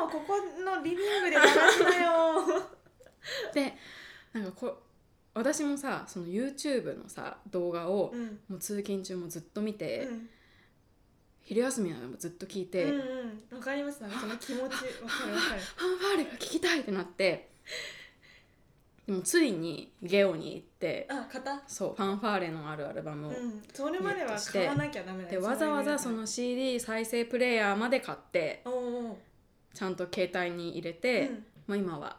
Speaker 2: もうここのリビングで流しなよ
Speaker 1: でなんかこ私もさその YouTube のさ動画を
Speaker 2: <laughs> うん
Speaker 1: もう通勤中もずっと見て、
Speaker 2: うん
Speaker 1: 昼休みなのもずっと聞いて、
Speaker 2: うん
Speaker 1: フ
Speaker 2: うんわかりますなんかその気持ちわかるわかる
Speaker 1: ァンファーレが聞きたいってなってでもついにゲオに行って
Speaker 2: あ型
Speaker 1: そうファンファーレのあるアルバムを、
Speaker 2: うんそれまでは買わなきゃダメだ
Speaker 1: で
Speaker 2: よ
Speaker 1: わざわざそ
Speaker 2: そういう
Speaker 1: の CD 再生プレイヤーまで買って
Speaker 2: おうおう
Speaker 1: ちゃんと携帯に入れ
Speaker 2: う
Speaker 1: て、
Speaker 2: ん
Speaker 1: まあ、今は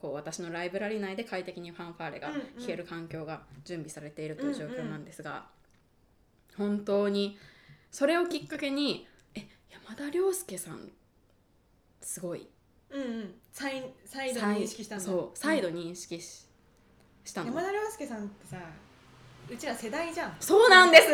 Speaker 1: こう私のライブラリ内で快適にファンファーレが
Speaker 2: うんうん
Speaker 1: 弾ける環境が準備されているという状況なんですが、本当にそれをきっかけに「え山田涼介さんすごい」
Speaker 2: うんうんサインサイドに認識したんだ
Speaker 1: そう再度認識し,、したの
Speaker 2: 山田涼介さんってさうちら世代じゃん
Speaker 1: そうなんです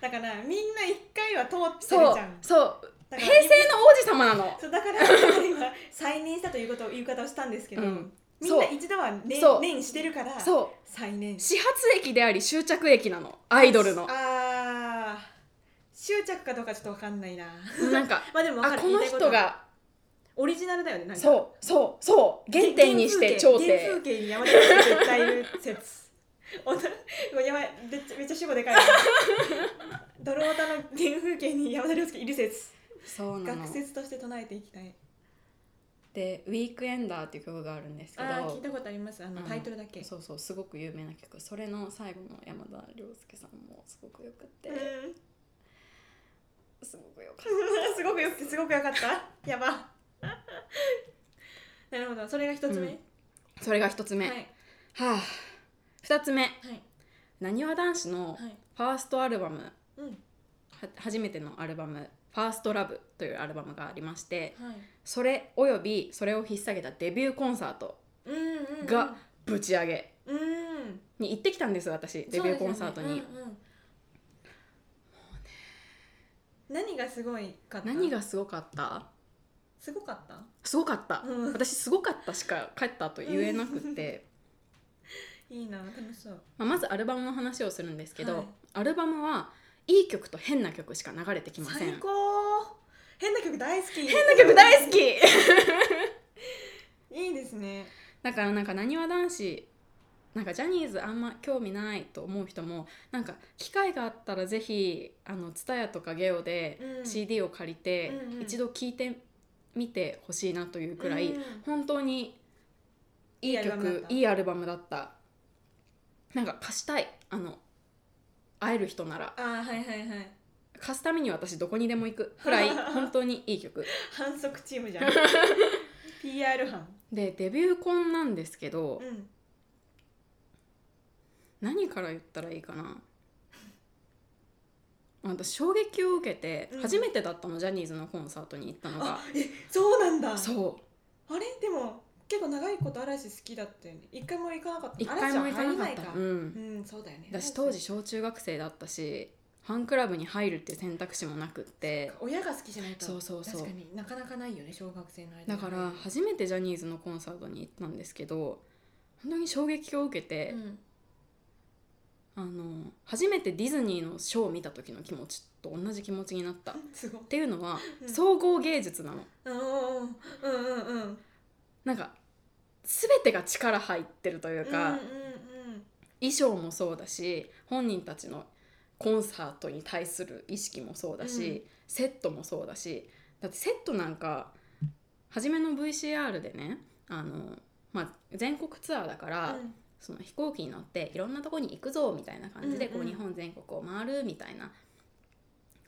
Speaker 2: だからみんな一回は通ってるじ
Speaker 1: そう
Speaker 2: ゃん
Speaker 1: そう
Speaker 2: だから
Speaker 1: 平成の王子様なの
Speaker 2: そうだからだから今再燃したということを言い方をしたんですけど、
Speaker 1: うん
Speaker 2: みんな
Speaker 1: そう
Speaker 2: 一度はね
Speaker 1: そう
Speaker 2: 念してるから
Speaker 1: そう
Speaker 2: 再燃
Speaker 1: 始発駅であり終着駅なのアイドルの
Speaker 2: あー執着かどうかちょっとわかんないな
Speaker 1: なんか
Speaker 2: <laughs> まあでもわか
Speaker 1: あ
Speaker 2: る
Speaker 1: この
Speaker 2: 言いたいと
Speaker 1: 人が
Speaker 2: オリジナルだよねなんか
Speaker 1: そうそうそう原点にして頂
Speaker 2: 原風
Speaker 1: 点
Speaker 2: 景に山田先生絶対いる説お <laughs> なもうやばいめっちゃめっちゃ主語で <laughs> かいな泥オタの原風景に山田涼介いる説
Speaker 1: そうなの
Speaker 2: 学説として唱えていきたい
Speaker 1: で「ウィークエンダー」っていう曲があるんですけど
Speaker 2: ああ聞いたことありますあの
Speaker 1: うん
Speaker 2: タイトルだけ、
Speaker 1: そうそうすごく有名な曲それの最後の山田涼介さんもすごくよくって、
Speaker 2: うん <laughs>
Speaker 1: すごくよかっ
Speaker 2: <laughs> すごくよくてすごくよかったやば <laughs> なるほどそれが一つ目、
Speaker 1: うんたそれが一つ目
Speaker 2: は
Speaker 1: はいあ二つ目
Speaker 2: はい
Speaker 1: なにわ男子の
Speaker 2: はい
Speaker 1: ファーストアルバム、
Speaker 2: うん
Speaker 1: は初めてのアルバム「ファーストラブというアルバムがありまして
Speaker 2: はい
Speaker 1: それおよびそれを引っ提げたデビューコンサート
Speaker 2: うんうんうん
Speaker 1: がぶち上げ
Speaker 2: うん
Speaker 1: に行ってきたんです私デビューコンサートに、
Speaker 2: そうですよねうんうん何がすごいかった
Speaker 1: 何がすごかった
Speaker 2: すごかった
Speaker 1: すごかった、
Speaker 2: うん
Speaker 1: 私すごかったしか帰ったと言えなくて、
Speaker 2: いいな楽しそう
Speaker 1: まあ、まずアルバムの話をするんですけど、
Speaker 2: はい
Speaker 1: アルバムはいい曲と変な曲しか流れてきません
Speaker 2: 最高変な曲大好き変
Speaker 1: 変な曲大好き
Speaker 2: いいですね
Speaker 1: だからなんかなにわ男子なんかジャニーズあんま興味ないと思う人もなんか機会があったらぜひあの TSUTAYA とか GEO で
Speaker 2: うん
Speaker 1: CD を借りて
Speaker 2: うんうん
Speaker 1: 一度聴いてみてほしいなというくらい、
Speaker 2: うん
Speaker 1: 本当にいい
Speaker 2: いいアルバムだっ
Speaker 1: 曲
Speaker 2: た
Speaker 1: いいアルバムだったなんか貸したいあの会える人なら
Speaker 2: あーはいはいはい
Speaker 1: 貸すために私どこにでも行くくら <laughs> い本当にいい曲
Speaker 2: 反則チームじゃん
Speaker 1: <laughs>
Speaker 2: PR 班
Speaker 1: でデビューコンなんですけど
Speaker 2: うん
Speaker 1: 何から言ったらいいかな私衝撃を受けて
Speaker 2: うん
Speaker 1: 初めてだったの、ジャニーズのコンサートに行ったのが
Speaker 2: あえそうなんだ
Speaker 1: そう
Speaker 2: あれでも結構長いこと嵐好きだったよね一回も行かなかった
Speaker 1: 一回も行かなかっ
Speaker 2: 嵐は入ら
Speaker 1: た、
Speaker 2: な
Speaker 1: う
Speaker 2: い
Speaker 1: ん、
Speaker 2: うん、そうだよね
Speaker 1: だし当時小中学生だったしファンクラブに入るっていう選択肢もなくって
Speaker 2: 親が好きじゃないと
Speaker 1: そうそうそう
Speaker 2: 確かになかなかないよね小学生の間に
Speaker 1: だから初めてジャニーズのコンサートに行ったんですけど本当に衝撃を受けて、
Speaker 2: うん
Speaker 1: あの初めてディズニーのショーを見た時の気持ちと同じ気持ちになった。っ
Speaker 2: すごい
Speaker 1: ていうのは、
Speaker 2: うん
Speaker 1: 総合芸術なの。
Speaker 2: うんうんうんうんうん
Speaker 1: なんか全てが力入ってるという
Speaker 2: う
Speaker 1: か、
Speaker 2: んうん
Speaker 1: 衣装もそうだし本人たちのコンサートに対する意識もそうだし、
Speaker 2: うん
Speaker 1: セットもそうだしだってセットなんか初めの VCR でねあの、まあ、全国ツアーだから、
Speaker 2: うん
Speaker 1: その飛行機に乗っていろんなとこに行くぞみたいな感じでこ
Speaker 2: うん
Speaker 1: う
Speaker 2: うん
Speaker 1: 日本全国を回るみたいな。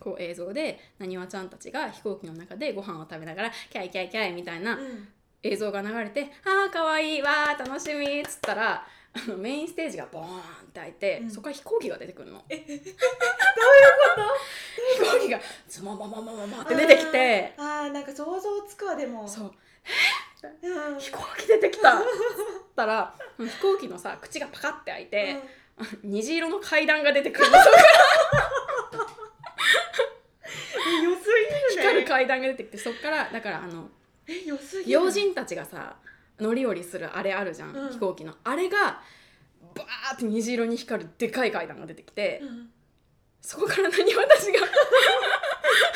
Speaker 1: こう映像でなにわちゃんたちが飛行機の中でご飯を食べながらキャイキャイキャイみたいな
Speaker 2: うん
Speaker 1: 映像が流れて「あーかわいいわー楽しみ」っつったらあのメインステージがボーンって開いて、
Speaker 2: うん
Speaker 1: そこから飛行機が出てくるの。どういうこと飛行機がズモモモモモモって出てきて
Speaker 2: あーあーなんか想像つくわでも
Speaker 1: そう
Speaker 2: うん、うん、
Speaker 1: 飛行機出てきたっつったら飛行機のさ口がパカって開いて、 <laughs> 虹色の階段が出てくる
Speaker 2: えよすぎるね
Speaker 1: <laughs> 光る階段が出てきてそっからだからあの
Speaker 2: えよすぎる
Speaker 1: 要人たちがさ乗り降りするあれあるじゃん、
Speaker 2: うん
Speaker 1: 飛行機のあれがバーって虹色に光るでかい階段が出てきて、
Speaker 2: うん
Speaker 1: そこから何私が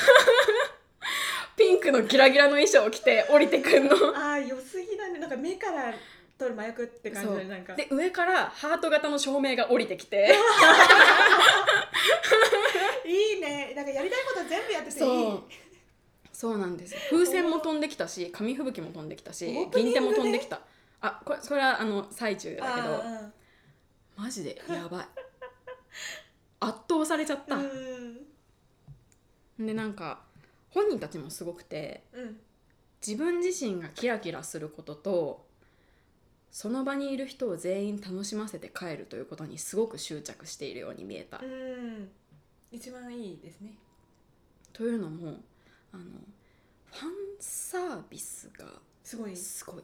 Speaker 1: <laughs> ピンクのギラギラの衣装を着て降りてくんの
Speaker 2: あーよすぎだねなんか目から取る麻薬って感じ
Speaker 1: そ
Speaker 2: だ
Speaker 1: う
Speaker 2: ねなんか
Speaker 1: で上からハート型の照明が降りて
Speaker 2: <laughs>
Speaker 1: きて
Speaker 2: いいねなんかやりたいこと全部やってていい
Speaker 1: そうそうなんですよ風船も飛んできたし紙吹雪も飛んできたし
Speaker 2: オープニン
Speaker 1: 銀
Speaker 2: グで
Speaker 1: 手も飛んできたあこれそれはあの最中だけど
Speaker 2: あ
Speaker 1: マジでやばい圧倒されちゃっ
Speaker 2: ー
Speaker 1: た
Speaker 2: う、ん
Speaker 1: でなんか本人たちもすごくて
Speaker 2: うん
Speaker 1: 自分自身がキラキラすることとその場にいる人を全員楽しませて帰るということにすごく執着しているように見えた、
Speaker 2: うん一番いいですね
Speaker 1: というのもあのファンサービスが
Speaker 2: すごい
Speaker 1: すごい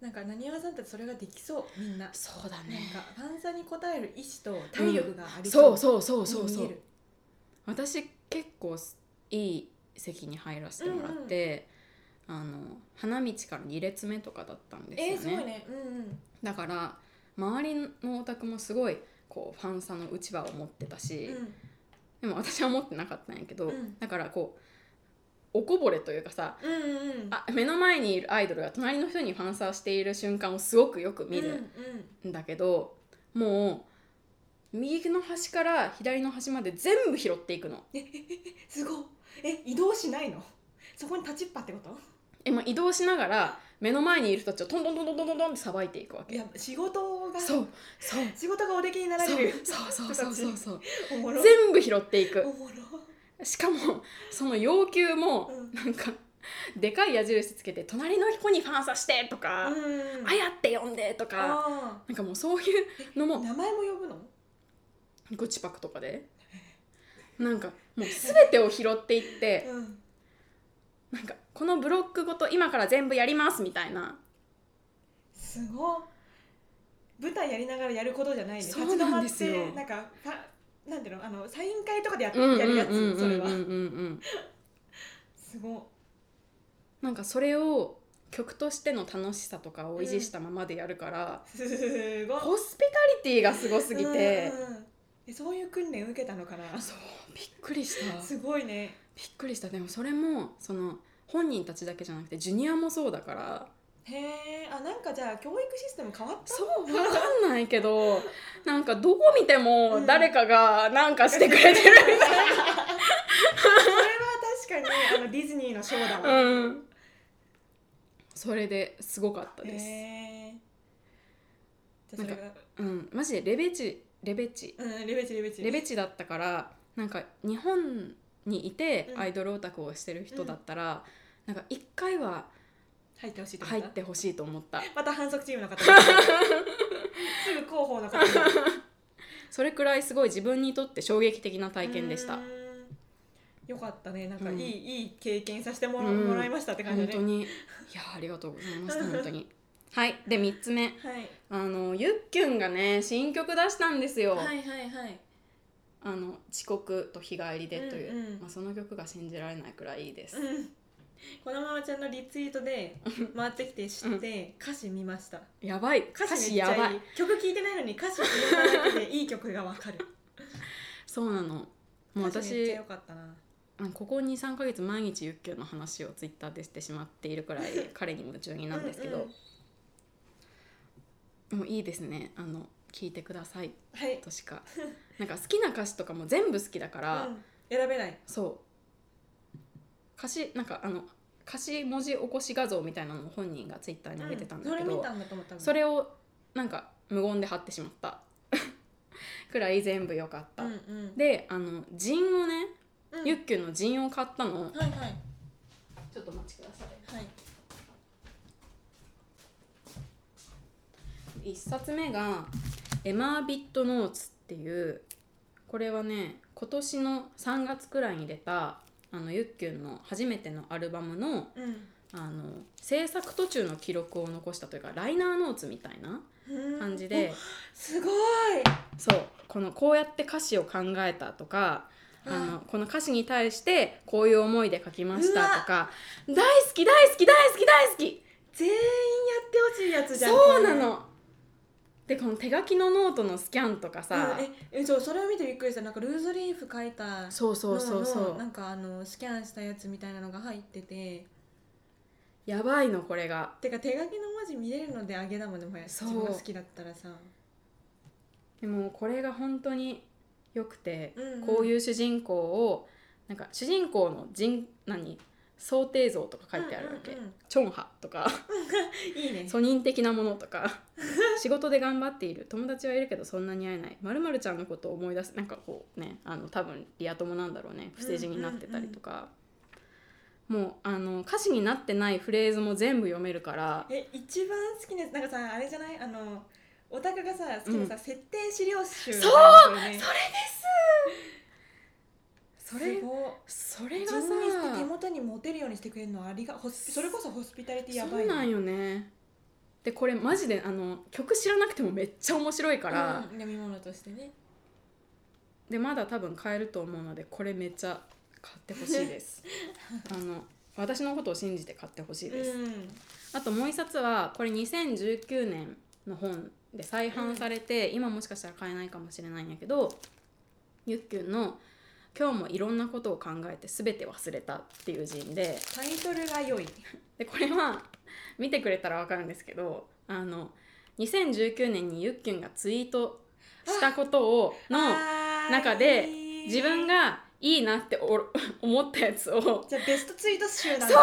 Speaker 2: なんかなにわさんたちそれができそうみんななんか
Speaker 1: そうだ
Speaker 2: ファンサに応える意志と体力があり
Speaker 1: そう
Speaker 2: う
Speaker 1: そうそうそう
Speaker 2: に
Speaker 1: そ
Speaker 2: 見え
Speaker 1: う
Speaker 2: る
Speaker 1: 私結構いい席に入らせてもらって、あの花道から2列目とかだったんですよ
Speaker 2: え
Speaker 1: ね
Speaker 2: ー、すごいねうんうん
Speaker 1: だから周りのお宅もすごいこうファンサのうちわを持ってたし、でも私は持ってなかったんやけど、
Speaker 2: うん
Speaker 1: だからこうおこぼれというかさ
Speaker 2: うんうんうん
Speaker 1: あ目の前にいるアイドルが隣の人にファンサーしている瞬間をすごくよく見
Speaker 2: うんう
Speaker 1: る
Speaker 2: ん
Speaker 1: んだけど、もう右の端から左の端まで全部拾っていくの。
Speaker 2: すごいえ移動しないのそこに立ちっぱってこと
Speaker 1: えまあ移動しながら目の前にいる人たちをトントントントントントンってさばいていくわ
Speaker 2: い
Speaker 1: け。
Speaker 2: や仕事が
Speaker 1: そうそう
Speaker 2: 仕事がおできになら
Speaker 1: そ
Speaker 2: れ
Speaker 1: う
Speaker 2: る
Speaker 1: そうそうそうそう
Speaker 2: おもろ
Speaker 1: 全部拾っていく
Speaker 2: お。もろ
Speaker 1: しかもその要求も
Speaker 2: うん
Speaker 1: なんかでかい矢印つけて「隣の子にファンさして」とか
Speaker 2: う
Speaker 1: 「
Speaker 2: ん
Speaker 1: あやって呼んで」とか
Speaker 2: あ
Speaker 1: なんかもうそういう
Speaker 2: <laughs>
Speaker 1: の
Speaker 2: ー
Speaker 1: も
Speaker 2: 名前も呼ぶの
Speaker 1: ゴチパクとかでなんかもう全てを拾っていって
Speaker 2: うん
Speaker 1: なんかこのブロックごと今から全部やりますみたいな
Speaker 2: すごい舞台やりながらやることじゃないね
Speaker 1: そうなんですよ
Speaker 2: 立ち止まってなんかパなんていうのあのサイン会とかでや,、
Speaker 1: うんうん
Speaker 2: やる
Speaker 1: う
Speaker 2: や
Speaker 1: んうん
Speaker 2: つ
Speaker 1: う
Speaker 2: それ
Speaker 1: ん
Speaker 2: は
Speaker 1: うんうん
Speaker 2: すごい
Speaker 1: なんかそれを曲としての楽しさとかを維持したままでやるから
Speaker 2: すごい
Speaker 1: ホスピタリティがすごすぎて
Speaker 2: うんうんえそういう訓練受けたのかな
Speaker 1: そうびっくりした。
Speaker 2: すごいね
Speaker 1: びっくりしたでもそれもその本人たちだけじゃなくてジュニアもそうだから
Speaker 2: へえあなんかじゃあ教育システム変わった
Speaker 1: そう分かんないけどなんかどこ見ても誰かがなんかしてくれてるみたい
Speaker 2: それは確かにあのディズニーのショーだわ、
Speaker 1: な、 <laughs> うん、それですごかったです、
Speaker 2: へーじゃあそれが
Speaker 1: うん、マジでレベチレベチ
Speaker 2: うんレベチレベチ
Speaker 1: レベチだったからなんか日本にいて
Speaker 2: うん
Speaker 1: アイドルオタクをしてる人だったら、なんか一回は
Speaker 2: 入ってほしいってこと
Speaker 1: 入ってほしいと思った
Speaker 2: また反則チームの方
Speaker 1: <laughs>
Speaker 2: がすぐ広報の方が
Speaker 1: それくらいすごい自分にとって衝撃的な体験でした
Speaker 2: うーんよかったねなんかいい,、
Speaker 1: うん
Speaker 2: いい経験させてもら,、
Speaker 1: うん
Speaker 2: もらいましたって感じ
Speaker 1: 本
Speaker 2: で
Speaker 1: 当にいやありがとうございました本当に
Speaker 2: <laughs>
Speaker 1: はいで3つ目
Speaker 2: はい、
Speaker 1: あのゆっきゅんがね新曲出したんですよ「
Speaker 2: はいはいはい
Speaker 1: あの遅刻と日帰りで」という、
Speaker 2: うんうん
Speaker 1: まあ、その曲が信じられないくらいいいです、
Speaker 2: うんこのままちゃんのリツイートで回ってきて知って歌詞見ました
Speaker 1: やばい歌
Speaker 2: 歌詞
Speaker 1: 詞
Speaker 2: めっち
Speaker 1: や
Speaker 2: ゃ
Speaker 1: ば
Speaker 2: い
Speaker 1: い
Speaker 2: い曲聴いてないのに歌詞聞いただけで <laughs> いい曲がわかる
Speaker 1: そうなのもう
Speaker 2: 歌詞めっち
Speaker 1: 私
Speaker 2: ゃ良かったな
Speaker 1: あここ23ヶ月毎日ゆっきゅんの話をツイッターでしてしまっているくらい彼に夢中になんですけど、
Speaker 2: うんうん
Speaker 1: もういいですねあの聞いてください
Speaker 2: はい、
Speaker 1: としかなんか好きな歌詞とかも全部好きだから、
Speaker 2: うん選べない
Speaker 1: そう歌詞なんかあの歌詞文字起こし画像みたいなのを本人がツイッターに上げてたんだ
Speaker 2: うん
Speaker 1: け
Speaker 2: それ
Speaker 1: ど、
Speaker 2: 見たんだと思った
Speaker 1: それをなんか無言で貼ってしまった <laughs> くらい全部良かった、
Speaker 2: うんうん
Speaker 1: であのジンをね、
Speaker 2: うん
Speaker 1: ユッキュのジンを買ったの
Speaker 2: はいはい
Speaker 1: ちょっとお待ちくださ
Speaker 2: はい
Speaker 1: い1冊目が「エマービットノーツ」っていうこれはね今年の3月くらいに出たあのユッキュンの初めてのアルバムの
Speaker 2: うん
Speaker 1: あの制作途中の記録を残したというかライナーノーツみたいな感じで
Speaker 2: すごい
Speaker 1: そうこのこうやって歌詞を考えたとかあのこの歌詞に対してこういう思いで書きましたとか大好き大好き大好き大好き
Speaker 2: 全員やってほしいやつじゃん
Speaker 1: そうなのでこの手書きのノートのスキャンとか
Speaker 2: これ
Speaker 1: さ、
Speaker 2: うんええそうそれを見てびっくりしたなんかルーズリーフ書いた
Speaker 1: そうそうそうそ
Speaker 2: のの
Speaker 1: う
Speaker 2: なんかあのスキャンしたやつみたいなのが入ってて
Speaker 1: やばいのこれが
Speaker 2: てか手書きの文字見れるのであげだもんねもや自
Speaker 1: そう
Speaker 2: 分が好きだったらさ
Speaker 1: でもこれが本当によくて、
Speaker 2: うんうん
Speaker 1: こういう主人公をなんか主人公の人何想定像とか書いてあるわけ、
Speaker 2: うんうんうん
Speaker 1: チョンハとか
Speaker 2: いいね
Speaker 1: ソニン的なものとか仕事で頑張っている友達はいるけどそんなに会えないまるまるちゃんのことを思い出すなんかこうねあの多分リア友なんだろうね不正字になってたりとか、もうあの歌詞になってないフレーズも全部読めるから
Speaker 2: え一番好きなやつなんかさあれじゃないあのオタクがさ好きなさ、設定資料集
Speaker 1: そう
Speaker 2: うそれです
Speaker 1: それ
Speaker 2: すごい
Speaker 1: それが
Speaker 2: 自
Speaker 1: さ
Speaker 2: 分にして手元に持てるようにしてくれるのはありがホスそれこそホスピタリティやばい
Speaker 1: そうなん
Speaker 2: よ
Speaker 1: よねでこれマジであの曲知らなくてもめっちゃ面白いから、
Speaker 2: うん、飲み物としてね
Speaker 1: でまだ多分買えると思うのでこれめっちゃ買ってほしいです
Speaker 2: <laughs>
Speaker 1: あの私のことを信じて買ってほしいです、
Speaker 2: うん
Speaker 1: あともう一冊はこれ2019年の本で再販されて、今もしかしたら買えないかもしれないんやけどゆっきゅんの「今日もいろんなことを考えて全て忘れた」っていう陣で
Speaker 2: タイトルが良い
Speaker 1: でこれは見てくれたら分かるんですけどあの2019年にゆっきゅんがツイートしたことをの中
Speaker 2: 中
Speaker 1: で自分がいいなってお <laughs> 思ったやつをそう
Speaker 2: じゃあベストツイート集なんだ
Speaker 1: そ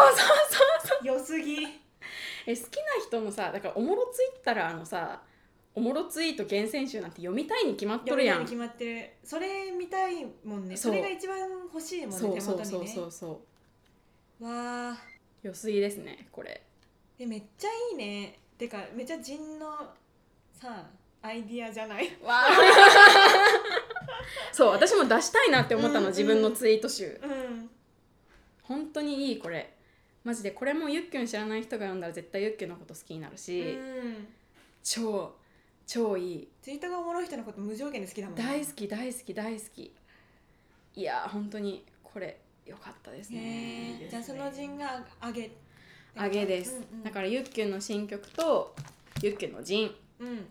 Speaker 1: う
Speaker 2: 良すぎ
Speaker 1: え好きな人のさだからおもろツイッターのさおもろツイート厳選集なんて読みたいに決まっと
Speaker 2: 読
Speaker 1: る
Speaker 2: み
Speaker 1: や
Speaker 2: たい
Speaker 1: ん
Speaker 2: に決まってるそれ見たいもんね
Speaker 1: そ
Speaker 2: そうれが一番欲しいもんね
Speaker 1: そうそう
Speaker 2: 手
Speaker 1: そ
Speaker 2: 元
Speaker 1: う
Speaker 2: にね
Speaker 1: そうそ
Speaker 2: わあ
Speaker 1: う良すぎですねこれ
Speaker 2: えめっちゃいいねてかめっちゃ人のさアイディアじゃない
Speaker 1: わ <laughs> そう私も出したいなって思った
Speaker 2: うん
Speaker 1: の
Speaker 2: うん
Speaker 1: 自分のツイート集
Speaker 2: うん
Speaker 1: 本当にいいこれマジでこれもゆっきゅん知らない人が読んだら絶対ゆっきゅんのこと好きになるし、
Speaker 2: うん
Speaker 1: 超超いい
Speaker 2: ツイートがおもろい人のこと無条件で好きだもんね
Speaker 1: 大好き大好き大好きいやー本当にこれ良かったですね
Speaker 2: ねえじゃあその陣があげ
Speaker 1: あげです、
Speaker 2: うんうん
Speaker 1: だからゆっきゅんの新曲とゆっきゅんの陣
Speaker 2: うん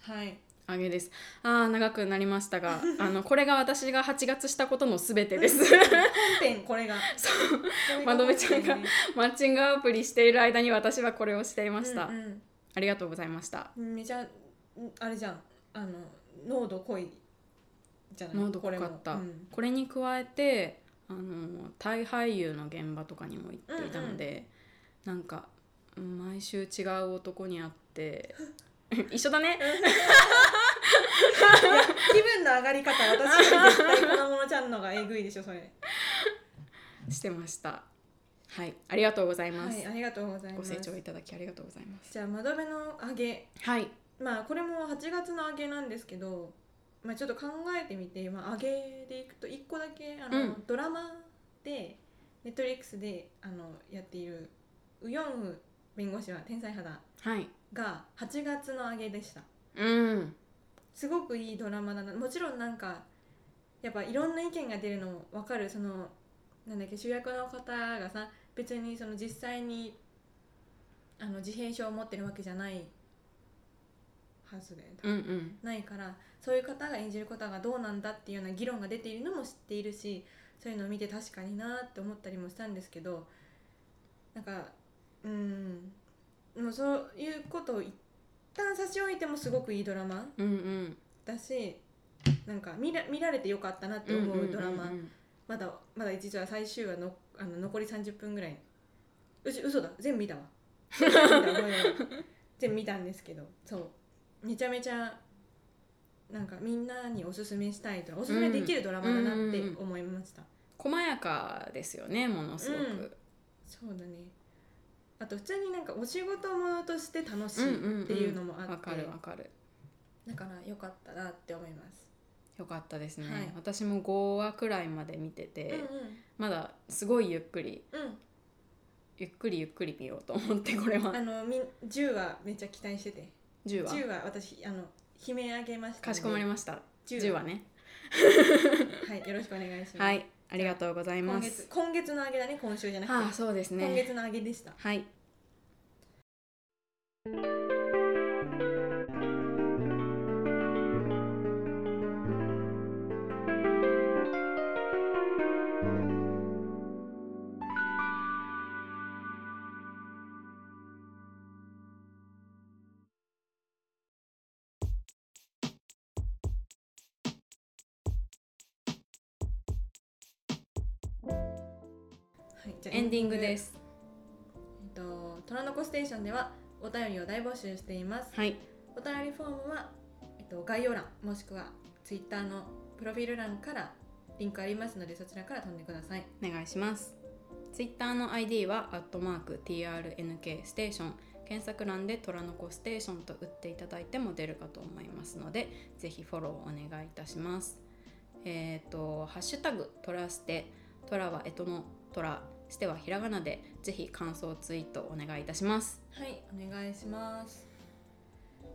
Speaker 2: はい
Speaker 1: あげですあー長くなりまし
Speaker 2: <laughs>
Speaker 1: たがあのこれが私が8月したことのすべてです
Speaker 2: 本編これが
Speaker 1: そう
Speaker 2: これ
Speaker 1: まどめちゃんが
Speaker 2: 本編
Speaker 1: マッチングアプリしている間に私はこれをしていました、
Speaker 2: ねうん
Speaker 1: ありがとうございました
Speaker 2: うんめちゃんあれじゃんあの濃度濃いじゃない
Speaker 1: 濃度濃かった
Speaker 2: こ
Speaker 1: これ,、に加えてあのタイ俳優の現場とかにも行っていたので、なんかうん毎週違う男に会って <laughs> 一緒だ
Speaker 2: れ
Speaker 1: ね
Speaker 2: もうんいや気分の上がり方私より絶対粉物ちゃんのがえぐいでしょそれ
Speaker 1: してましたはいありがとうございま
Speaker 2: は
Speaker 1: す、
Speaker 2: いありがとうございま
Speaker 1: ご
Speaker 2: す
Speaker 1: 清聴いただきありがとうございます
Speaker 2: じゃあ窓辺の揚げ
Speaker 1: はい
Speaker 2: まあこれも8月の揚げなんですけどまあちょっと考えてみて、まあ、揚げでいくと1個だけあの、
Speaker 1: うん
Speaker 2: ドラマでネットリックスであのやっているウヨンウ弁護士は天才肌
Speaker 1: はい
Speaker 2: が8月の揚げでした
Speaker 1: うん
Speaker 2: すごくいいドラマだなもちろんなんかやっぱいろんな意見が出るのも分かるそのなんだっけ主役の方がさ別にその実際にあの自閉症を持ってるわけじゃないはずで、
Speaker 1: うんうん
Speaker 2: ないからそういう方が演じることがどうなんだっていうような議論が出ているのも知っているしそういうのを見て確かになって思ったりもしたんですけどなんかうんもうそういうことを一旦差し置いてもすごくいいドラマ
Speaker 1: うんうん
Speaker 2: だしなんか見ら見られてよかったなって思うドラマ、
Speaker 1: うんうんうん
Speaker 2: まだまだ実は最終話のあの残り30分ぐらいうち嘘だ全部見たわ全部見たごめんごめん全部見たんですけどそうめちゃめちゃなんかみんなにおすすめしたいとおすすめできるドラマだなって思いました、
Speaker 1: 細やかですよねものすごく、
Speaker 2: うんそうだねあと普通になんかお仕事ものとして楽し
Speaker 1: うんうん
Speaker 2: い
Speaker 1: ん
Speaker 2: っていうのもあって、
Speaker 1: わかるわかる
Speaker 2: だから良かったなって思います、
Speaker 1: よかったですね、
Speaker 2: はい
Speaker 1: 私も5話くらいまで見てて、
Speaker 2: うん
Speaker 1: まだすごいゆっくり
Speaker 2: うんうん
Speaker 1: ゆっくりゆっくり見ようと思ってこれ
Speaker 2: あ
Speaker 1: は
Speaker 2: のみ10はめっちゃ期待してて
Speaker 1: 10話
Speaker 2: 10は私あの悲鳴あげましたので
Speaker 1: かしこまりました
Speaker 2: 10
Speaker 1: 10話ね
Speaker 2: はいよろしくお願いします、
Speaker 1: はいありがとうござい
Speaker 2: 今
Speaker 1: ま
Speaker 2: 月
Speaker 1: す
Speaker 2: 今月のあげだね今週じゃなくて、
Speaker 1: ああそうです
Speaker 2: 今
Speaker 1: ね
Speaker 2: 月のあげでした
Speaker 1: はい
Speaker 2: はいじゃあ
Speaker 1: エンディングです
Speaker 2: えっと虎の子ステーションではお便りを大募集しています
Speaker 1: はい
Speaker 2: お便りフォームは、えっと、概要欄もしくはツイッターのプロフィール欄からリンクありますのでそちらから飛んでください
Speaker 1: お願いします。Twitter の ID は、アットマーク TRNK ステーション、検索欄で虎の子ステーションと打っていただいても出るかと思いますので、ぜひフォローお願いいたします。えっ、と、ハッシュタグ、トラステ、トラは干支のトラ、ステはひらがなで、ぜひ感想ツイートお願いいたします。
Speaker 2: はいお願いします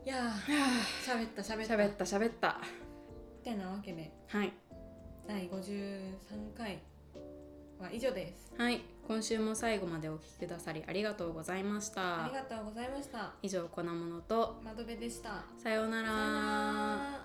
Speaker 2: いやー喋った喋った
Speaker 1: 喋った喋った。
Speaker 2: てなわけで
Speaker 1: はい。
Speaker 2: 第53回は以上です
Speaker 1: はい。今週も最後までお聞きくださりありがとうございまし
Speaker 2: あ
Speaker 1: た
Speaker 2: り。がとうございました
Speaker 1: 以上、粉物と、
Speaker 2: 窓辺でした
Speaker 1: さような
Speaker 2: さよ
Speaker 1: ら
Speaker 2: な。ら